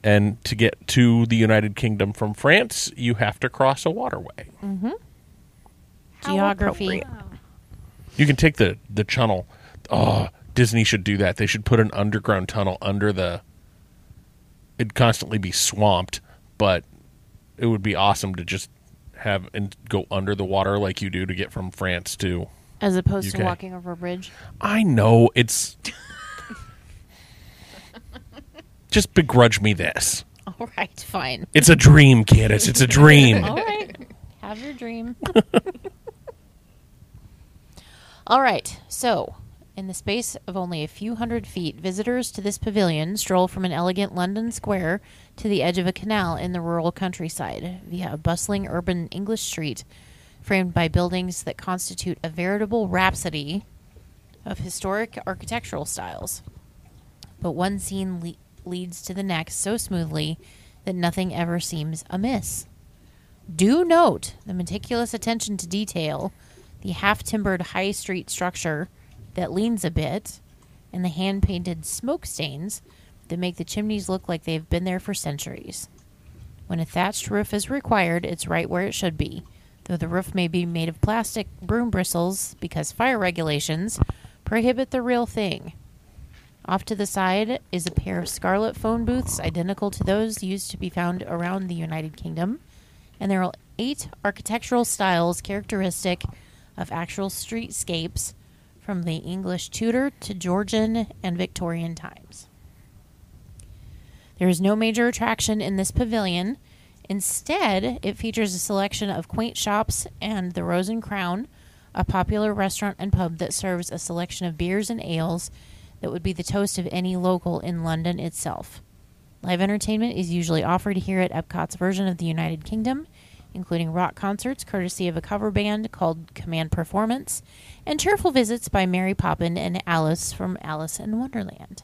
A: And to get to the United Kingdom from France, you have to cross a waterway.
C: Geography.
A: You can take the, the tunnel. Oh, Disney should do that. They should put an underground tunnel under the. It'd constantly be swamped, but it would be awesome to just have and go under the water like you do to get from France to
C: As opposed to
A: UK.
C: walking over a bridge.
A: I know it's. Just begrudge me this.
C: All right, fine.
A: It's a dream, Candace. It's a dream.
C: All right. Have your dream. All right. So, in the space of only a few hundred feet, visitors to this pavilion stroll from an elegant London square to the edge of a canal in the rural countryside via a bustling urban English street framed by buildings that constitute a veritable rhapsody of historic architectural styles. But one scene le- leads to the next so smoothly that nothing ever seems amiss. Do note the meticulous attention to detail, the half timbered high street structure that leans a bit, and the hand painted smoke stains that make the chimneys look like they've been there for centuries. When a thatched roof is required, it's right where it should be, though the roof may be made of plastic broom bristles because fire regulations prohibit the real thing. Off to the side is a pair of scarlet phone booths identical to those used to be found around the United Kingdom, and there are eight architectural styles characteristic of actual streetscapes from the English Tudor to Georgian and Victorian times. There is no major attraction in this pavilion. Instead, it features a selection of quaint shops and the Rose and Crown, a popular restaurant and pub that serves a selection of beers and ales that would be the toast of any local in London itself. Live entertainment is usually offered here at Epcot's version of the United Kingdom, including rock concerts courtesy of a cover band called Command Performance, and cheerful visits by Mary Poppin and Alice from Alice in Wonderland.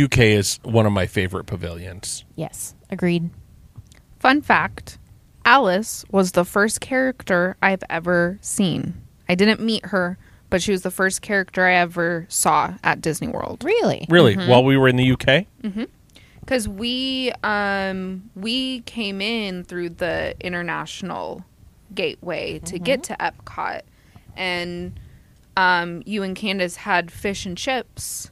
A: UK is one of my favorite pavilions.
C: Yes, agreed.
B: Fun fact Alice was the first character I've ever seen. I didn't meet her, but she was the first character I ever saw at Disney World.
C: Really?
A: Really, while we were in the UK,
B: Because we um, we came in through the international gateway to
C: Mm-hmm.
B: get to Epcot, and um, you and Candace had fish and chips,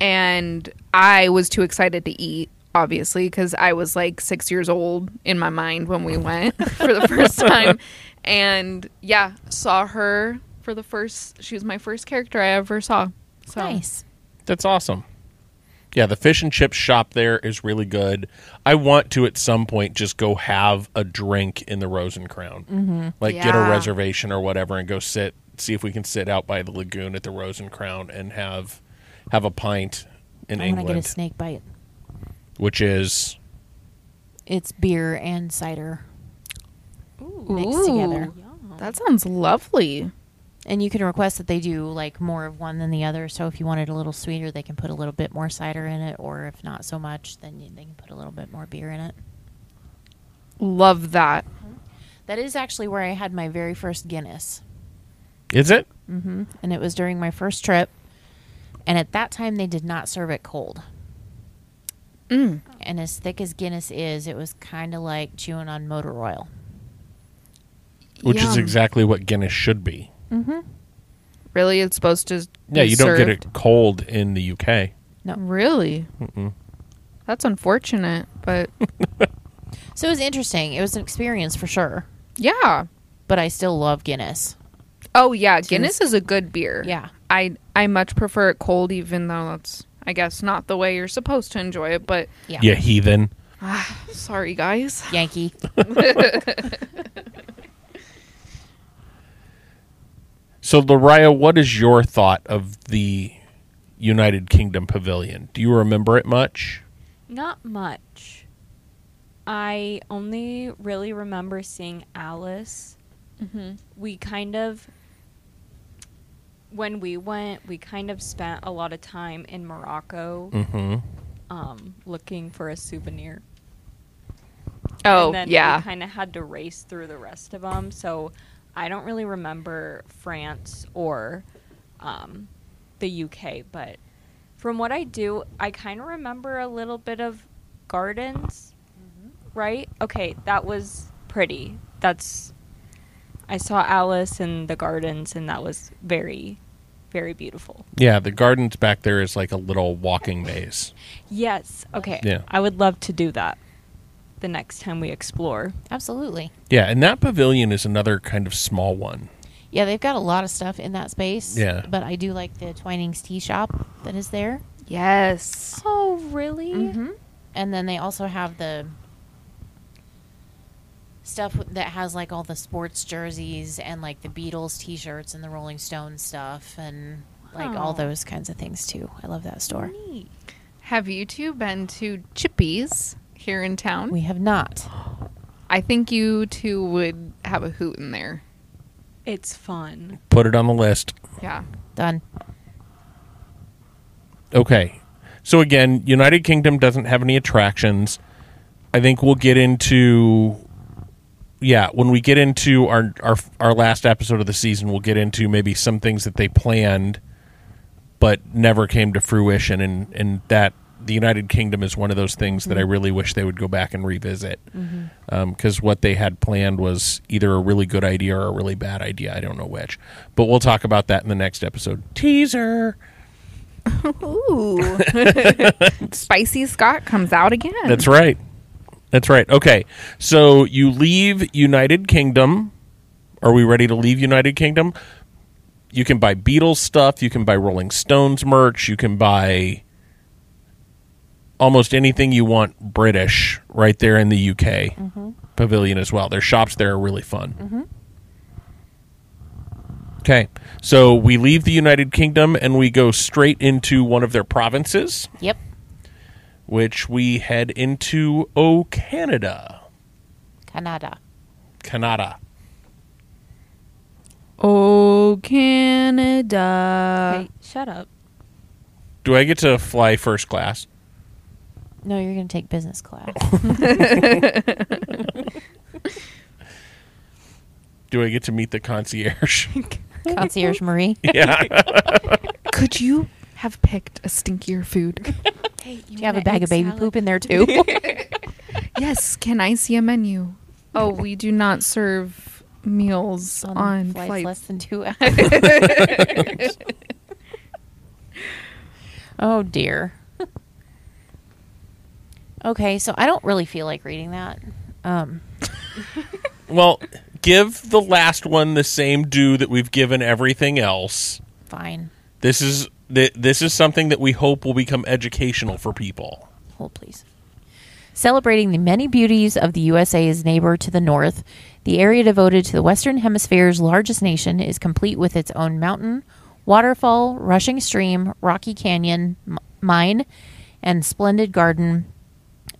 B: and I was too excited to eat, obviously, because I was like six years old in my mind when we went for the first time, and yeah, saw her for the first. She was my first character I ever saw. So
C: Nice.
A: that's awesome. Yeah, the fish and chip shop there is really good. I want to at some point just go have a drink in the Rose and Crown, mm-hmm. like get a
B: Yeah.
A: reservation or whatever, and go sit. See if we can sit out by the lagoon at the Rose and Crown and have have a pint in
C: I want to
A: England,
C: get a snake bite.
A: which is
C: It's beer and cider mixed together.
B: That sounds lovely.
C: And you can request that they do like more of one than the other. So if you want it a little sweeter, they can put a little bit more cider in it, or if not so much, then you, they can put a little bit more beer in it.
B: Love that.
C: That is actually where I had my very first Guinness,
A: is it?
C: and it was during my first trip. And at that time, they did not serve it cold. And as thick as Guinness is, it was kind of like chewing on motor oil.
A: Which is
B: Yum.
A: exactly what Guinness should be.
B: Really, it's supposed to.
A: Yeah,
B: be
A: you don't get
B: served-
A: it cold in the UK.
B: Really? That's unfortunate, but
C: So it was interesting. It was an experience for sure.
B: yeah.
C: But I still love Guinness.
B: Oh yeah, Guinness is a good beer.
C: Yeah.
B: I I much prefer it cold, even though that's I guess not the way you're supposed to enjoy it. But
C: Yeah.
A: Yeah, heathen.
B: sorry, guys.
C: Yankee.
A: So, Lariah, what is your thought of the United Kingdom Pavilion? Do you remember it much?
D: Not much. I only really remember seeing Alice. We kind of, when we went, we kind of spent a lot of time in Morocco
A: Mm-hmm.
D: um, looking for a souvenir.
B: Oh
D: and then
B: yeah.
D: kind of had to race through the rest of them. So I don't really remember France or um, the UK, but from what I do, I kind of remember a little bit of gardens, right? Okay, that was pretty. That's I saw Alice in the gardens, and that was very, very beautiful.
A: Yeah, the gardens back there is like a little walking maze.
D: Yes. Okay.
A: Yeah.
D: I would love to do that the next time we explore.
C: Absolutely.
A: Yeah, and that pavilion is another kind of small one.
C: Yeah, they've got a lot of stuff in that space.
A: Yeah.
C: But I do like the Twinings Tea Shop that is there. Mm-hmm.
B: yes.
D: Oh, really?
C: And then they also have the stuff that has like all the sports jerseys and like the Beatles t shirts and the Rolling Stones stuff and like all
D: Wow.
C: those kinds of things too. I love that store.
B: Have you two been to Chippies here in town?
C: We have not.
B: I think you two would have a hoot in there.
D: It's fun.
A: Put it on the list.
B: Yeah.
C: Done.
A: Okay. So again, United Kingdom doesn't have any attractions. I think we'll get into yeah, when we get into our our our last episode of the season, we'll get into maybe some things that they planned but never came to fruition and and that the United Kingdom is one of those things that I really wish they would go back and revisit because what they had planned was either a really good idea or a really bad idea. I don't know which, but we'll talk about that in the next episode. Teaser.
B: Ooh. Spicy Scott comes out again.
A: That's right. That's right. Okay. So you leave United Kingdom. Are we ready to leave United Kingdom? You can buy Beatles stuff. You can buy Rolling Stones merch. You can buy almost anything you want British right there in the UK pavilion as well. Their shops there are really fun. Okay. So we leave the United Kingdom and we go straight into one of their provinces
C: Yep.
A: which we head into O Canada.
C: Canada.
A: Canada.
B: Oh, Canada.
D: Wait, shut up.
A: Do I get to fly first class?
C: No, you're going to take business class.
A: Do I get to meet the concierge?
C: Concierge Marie.
A: yeah.
B: Could you have picked a stinkier food?
D: Hey,
C: Do you have a bag of baby poop in there too?
B: yes, can I see a menu? Oh, we do not serve meals on,
C: flights,
B: flights.
C: less than two hours. oh dear. Okay, so I don't really feel like reading that. Um,
A: Well, give the last one the same due that we've given everything else.
C: fine.
A: This is th- this is something that we hope will become educational for people.
C: Hold, please. Celebrating the many beauties of the USA's neighbor to the north, the area devoted to the Western Hemisphere's largest nation is complete with its own mountain, waterfall, rushing stream, rocky canyon, m- mine, and splendid garden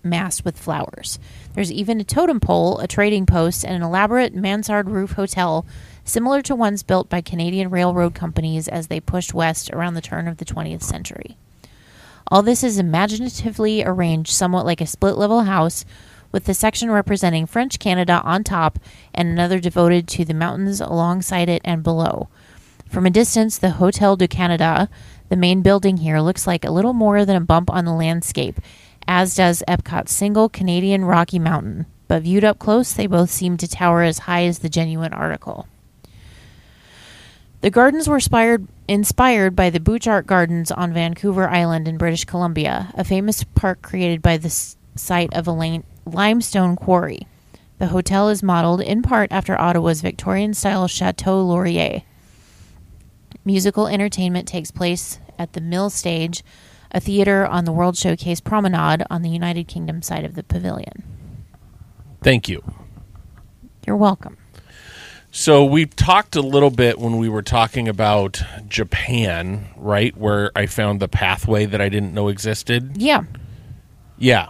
C: massed with flowers. There's even a totem pole, a trading post, and an elaborate mansard roof hotel similar to ones built by Canadian railroad companies as they pushed west around the turn of the 20th century. All this is imaginatively arranged somewhat like a split level house, with the section representing French Canada on top and another devoted to the mountains alongside it and below. From a distance, the Hotel du Canada, the main building here, looks like a little more than a bump on the landscape, as does Epcot's single Canadian Rocky Mountain. But viewed up close, they both seem to tower as high as the genuine article. The gardens were inspired, inspired by the Bouchart Gardens on Vancouver Island in British Columbia, a famous park created by the s- site of a lane, limestone quarry. The hotel is modeled in part after Ottawa's Victorian style Chateau Laurier. Musical entertainment takes place at the Mill Stage, a theater on the World Showcase Promenade on the United Kingdom side of the pavilion.
A: Thank you.
C: You're welcome.
A: So we talked a little bit when we were talking about Japan, right? Where I found the pathway that I didn't know existed.
C: Yeah.
A: Yeah.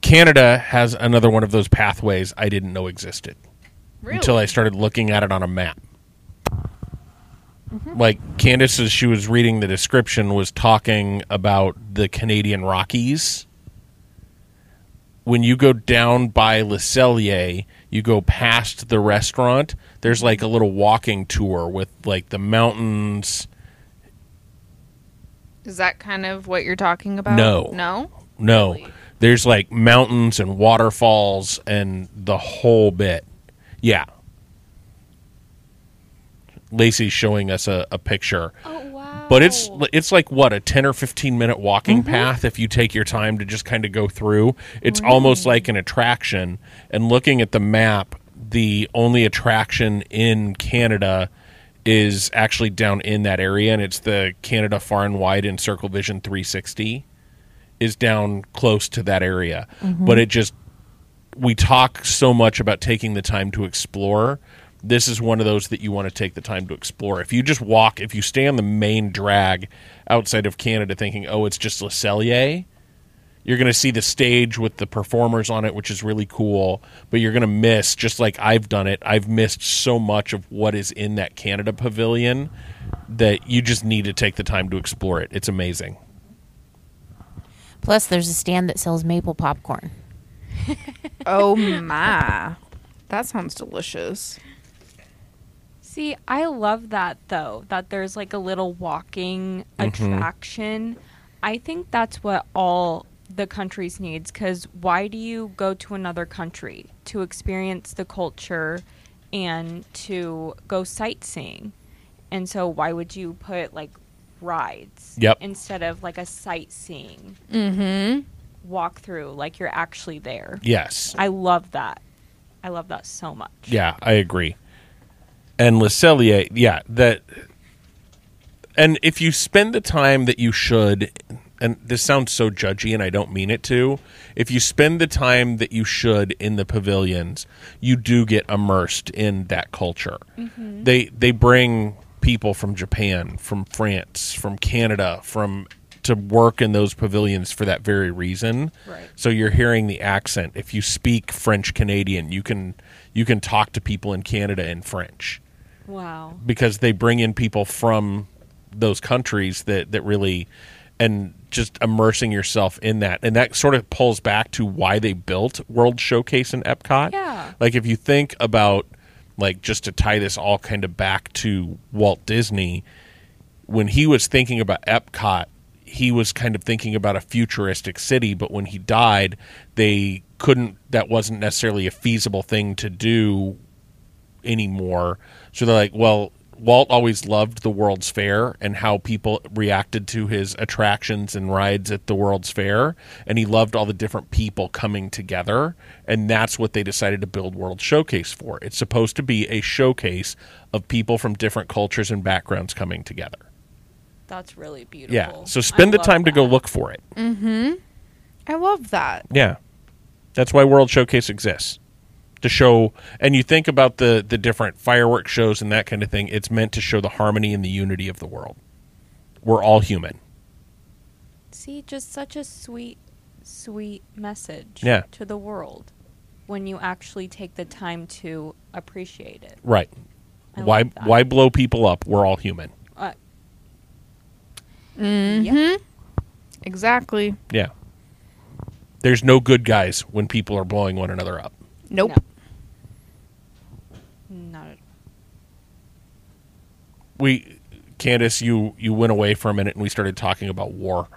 A: Canada has another one of those pathways I didn't know existed
B: Really?
A: until I started looking at it on a map. Like Candace, as she was reading the description, was talking about the Canadian Rockies. When you go down by Le Cellier, you go past the restaurant. There's like a little walking tour with like the mountains.
B: Is that kind of what you're talking about?
A: No.
B: No?
A: No. There's like mountains and waterfalls and the whole bit. Yeah. Lacey's showing us a, a picture.
B: Oh, wow. Mm-hmm.
A: But it's it's like what a ten or fifteen minute walking path if you take your time to just kind of go through. It's almost like an attraction. And looking at the map, the only attraction in Canada is actually down in that area, and it's the Canada Far and Wide and Circle Vision 360 is down close to that area. But it just we talk so much about taking the time to explore. This is one of those that you want to take the time to explore. If you just walk, if you stay on the main drag outside of Canada thinking, oh, it's just Le Cellier, you're going to see the stage with the performers on it, which is really cool, but you're going to miss, just like I've done it, I've missed so much of what is in that Canada pavilion that you just need to take the time to explore it. It's amazing.
C: Plus, there's a stand that sells maple popcorn.
B: oh, my. That sounds delicious.
D: See,
A: Mm-hmm.
D: I love that though, that there's like a little walking attraction. I think that's what all the countries needs cuz why do you go to another country to experience the culture and to go sightseeing? And so why would you put like rides
A: Yep.
D: instead of like a sightseeing
B: Mm-hmm.
D: walk through like you're actually there?
A: Yes.
D: I love that. I love that so much.
A: Yeah, I agree. And Le Cellier, yeah, that. And if you spend the time that you should, and this sounds so judgy, and I don't mean it to, if you spend the time that you should in the pavilions, you do get immersed in that culture. They they bring people from Japan, from France, from Canada, from to work in those pavilions for that very reason.
D: Right.
A: So you're hearing the accent. If you speak French Canadian, you can you can talk to people in Canada in French
D: Wow.
A: because they bring in people from those countries that that really and just immersing yourself in that and that sort of pulls back to why they built World Showcase in Epcot.
D: Yeah.
A: Like if you think about like just to tie this all kind of back to Walt Disney when he was thinking about Epcot, he was kind of thinking about a futuristic city, but when he died, they couldn't that wasn't necessarily a feasible thing to do anymore. So they're like, well, Walt always loved the World's Fair and how people reacted to his attractions and rides at the World's Fair. And he loved all the different people coming together. And that's what they decided to build World Showcase for. It's supposed to be a showcase of people from different cultures and backgrounds coming together.
D: That's really beautiful.
A: Yeah. So
D: I
A: spend the
D: love
A: time to go
D: that.
A: look for it.
B: I love that.
A: Yeah. That's why World Showcase exists. To show and you think about the the different fireworks shows and that kind of thing, it's meant to show the harmony and the unity of the world. We're all human.
D: See, just such a sweet, sweet message
A: Yeah.
D: to the world when you actually take the time to appreciate it.
A: Right.
D: I
A: why
D: love that.
A: why blow people up? We're all human.
D: Uh,
B: Mm-hmm. Exactly.
A: Yeah. There's no good guys when people are blowing one another up.
B: Nope.
D: not at-
A: We Candace, you you went away for a minute and we started talking about war.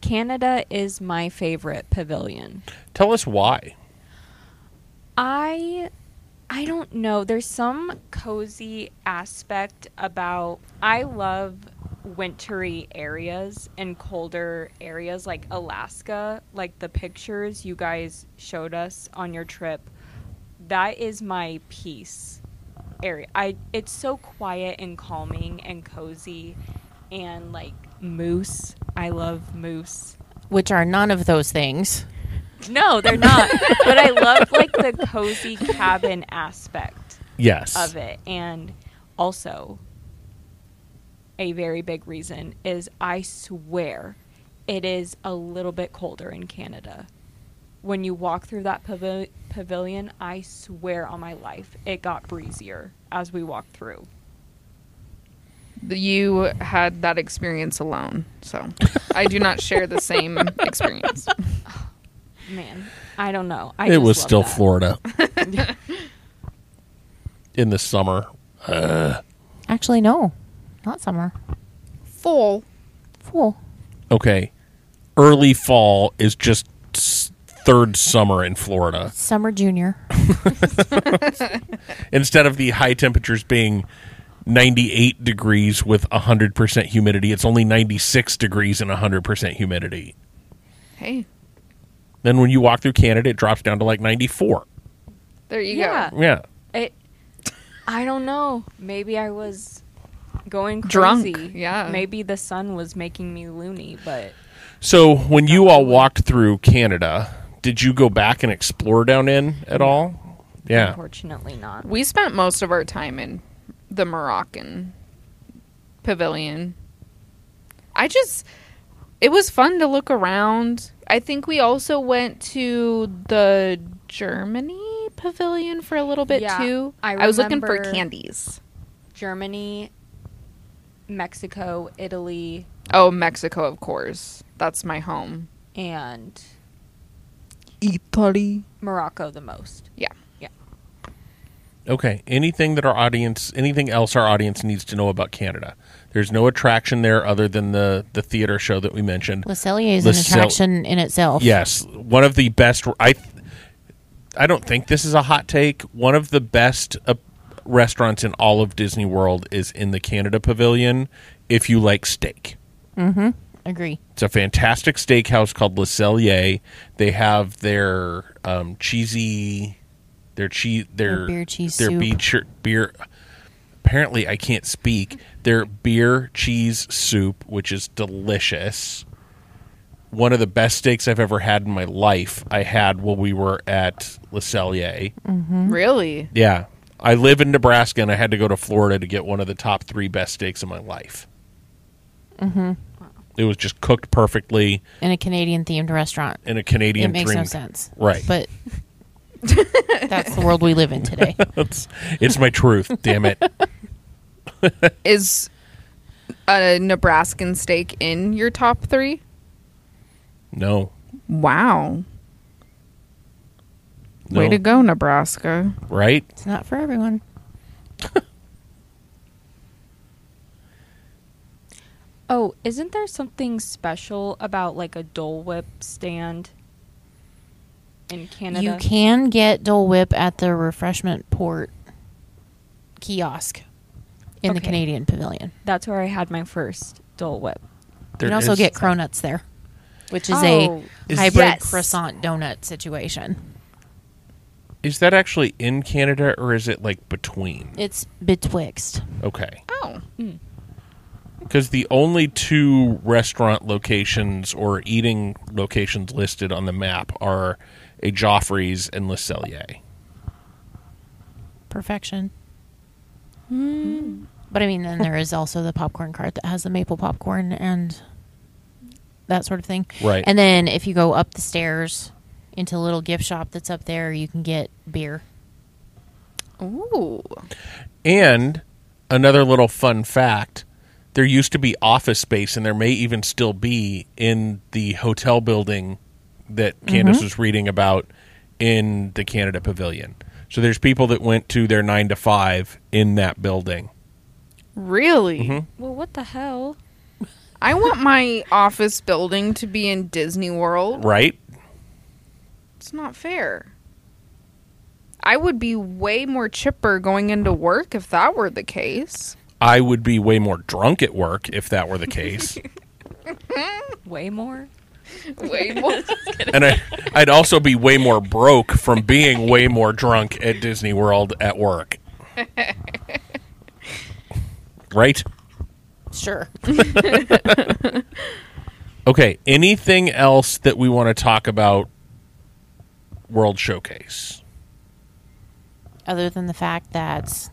D: Canada is my favorite pavilion.
A: Tell us why.
D: I I don't know. There's some cozy aspect about I love wintry areas and colder areas like Alaska, like the pictures you guys showed us on your trip. That is my peace area. I it's so quiet and calming and cozy and like moose. I love moose.
C: which are none of those things.
D: No, they're not. but I love like the cozy cabin aspect
A: Yes.
D: of it. And also, a very big reason is I swear it is a little bit colder in Canada. When you walk through that pavi- pavilion, I swear on my life, it got breezier as we walked through.
B: You had that experience alone, so I do not share the same experience.
D: Man, I don't know. I
A: it
D: just
A: was
D: love
A: still
D: that.
A: Florida. In the summer.
C: Actually, no, not summer.
B: Full.
C: Fool.
A: Okay. Early fall is just s- third summer in Florida.
C: Summer junior.
A: Instead of the high temperatures being 98 degrees with 100% humidity, it's only 96 degrees and 100% humidity.
B: Hey,
A: Then when you walk through Canada, it drops down to like 94.
B: there you
D: Yeah.
B: go.
A: Yeah.
D: It. I don't know. Maybe I was going
B: Drunk,
D: crazy.
B: yeah.
D: Maybe the sun was making me loony, but
A: So when you all walked through Canada, did you go back and explore down in at all? Yeah.
D: unfortunately not.
B: We spent most of our time in the Moroccan pavilion. I just, it was fun to look around. I think we also went to the Germany pavilion for a little bit
D: Yeah,
B: too.
D: I
B: was looking for
D: remember-
B: candies.
D: Germany, Mexico, Italy,
B: Oh, Mexico, of course. That's my home.
D: and
B: Italy.
D: Morocco the most.
B: Yeah.
D: Yeah.
A: Okay. Anything that our audience, anything else our audience needs to know about Canada? There's no attraction there other than the the theater show that we mentioned.
C: Le Cellier is an
A: Le Cel-
C: attraction in itself.
A: Yes, one of the best. I I don't think this is a hot take. One of the best uh, restaurants in all of Disney World is in the Canada Pavilion. If you like steak.
C: Agree.
A: It's a fantastic steakhouse called Le Cellier. They have their um, cheesy, their cheese, their
C: Their beer cheese
A: their
C: soup.
A: beer, beer. Apparently, I can't speak. Their beer cheese soup, which is delicious. One of the best steaks I've ever had in my life. I had while we were at Le Cellier.
D: Hmm?
B: Really?
A: Yeah, I live in Nebraska, and I had to go to Florida to get one of the top three best steaks of my life. Mm-hmm. It was just cooked perfectly
C: In a Canadian themed restaurant.
A: in a Canadian
C: it makes
A: dream.
C: no sense.
A: Right.
C: But that's the world we live in today.
A: It's, it's my truth. damn it.
G: Is a Nebraskan steak in your top three?
A: No.
B: Wow.
A: no.
B: Way to go, Nebraska.
A: Right?
C: It's not for everyone.
D: Oh, isn't there something special about like a Dole Whip stand in Canada?
C: You can get Dole Whip at the refreshment port kiosk in the
D: Okay.
C: Canadian pavilion.
D: That's where I had my first Dole Whip.
A: There
C: you can also
A: is-
C: get cronuts there, which is
D: Oh.
C: a
A: Is-
C: hybrid
G: Yes.
C: croissant donut situation.
A: Is that actually in Canada or is it like between?
C: It's betwixt.
A: Okay.
G: Oh,
A: Because the only two restaurant locations or eating locations listed on the map are a Joffrey's and Le Cellier.
C: Perfection. But I mean, then there is also the popcorn cart that has the maple popcorn and that sort of thing.
A: Right.
C: And then if you go up the stairs into a little gift shop that's up there, you can get beer.
B: Ooh.
A: And another little fun fact there used to be office space, and there may even still be in the hotel building that Candace was reading about in the Canada Pavilion. So there's people that went to their nine to five in that building.
B: Really?
D: Well, what the hell?
B: I want my office building to be in Disney World.
A: Right?
B: It's not fair. I would be way more chipper going into work if that were the case.
A: I would be way more drunk at work if that were the case.
D: Way more?
B: Way more.
A: and I, I'd also be way more broke from being way more drunk at Disney World at work. right?
C: Sure.
A: Okay. Anything else that we want to talk about? World Showcase.
C: Other than the fact that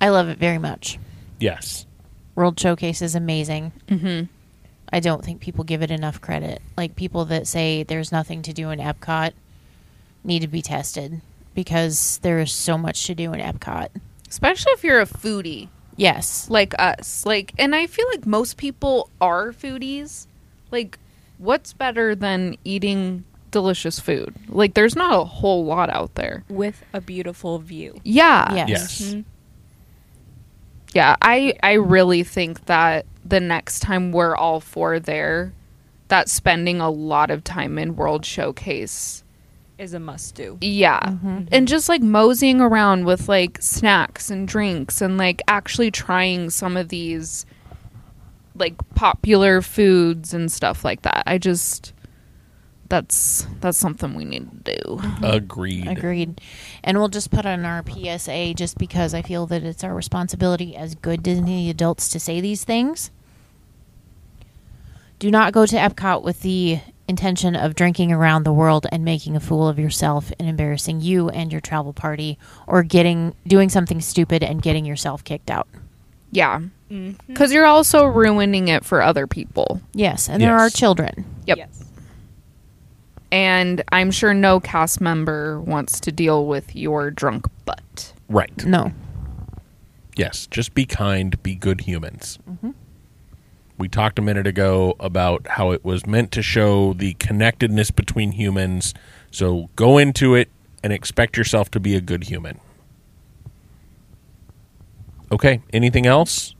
C: I love it very much.
A: Yes.
C: World Showcase is amazing. Mm-hmm. I don't think people give it enough credit. Like people that say there's nothing to do in Epcot need to be tested because there is so much to do in Epcot.
B: Especially if you're a foodie
C: Yes,
B: like us. Like, and I feel like most people are foodies. Like, what's better than eating delicious food? Like, there's not a whole lot out there.
D: With a beautiful view.
B: Yeah.
C: Yes.
A: Yes.
B: Yeah, I I really think that the next time we're all four there, that spending a lot of time in World Showcase.
D: Is a must do.
B: Yeah. And just like moseying around with like snacks and drinks and like actually trying some of these like popular foods and stuff like that. I just that's that's something we need to do.
A: Agreed.
C: agreed. And we'll just put on our PSA just because I feel that it's our responsibility as good Disney adults to say these things. Do not go to Epcot with the intention of drinking around the world and making a fool of yourself and embarrassing you and your travel party or getting doing something stupid and getting yourself kicked out.
B: Yeah. Cuz you're also ruining it for other people.
C: Yes, and there
A: Yes.
C: are children.
B: Yep.
D: Yes.
B: And I'm sure no cast member wants to deal with your drunk butt.
A: Right.
C: No.
A: Yes. Just be kind. Be good humans. Mm-hmm. We talked a minute ago about how it was meant to show the connectedness between humans. So go into it and expect yourself to be a good human. Okay, anything else?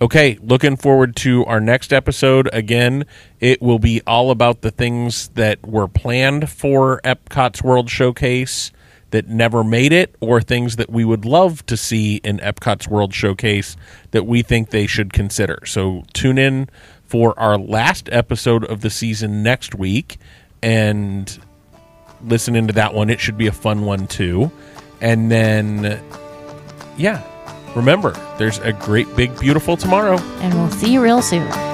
A: Okay, looking forward to our next episode. Again, it will be all about the things that were planned for Epcot's World Showcase that never made it, or things that we would love to see in Epcot's World Showcase that we think they should consider. So tune in for our last episode of the season next week and listen into that one. It should be a fun one, too. And then, yeah, remember, there's a great, big, beautiful tomorrow.
C: And we'll see you real soon.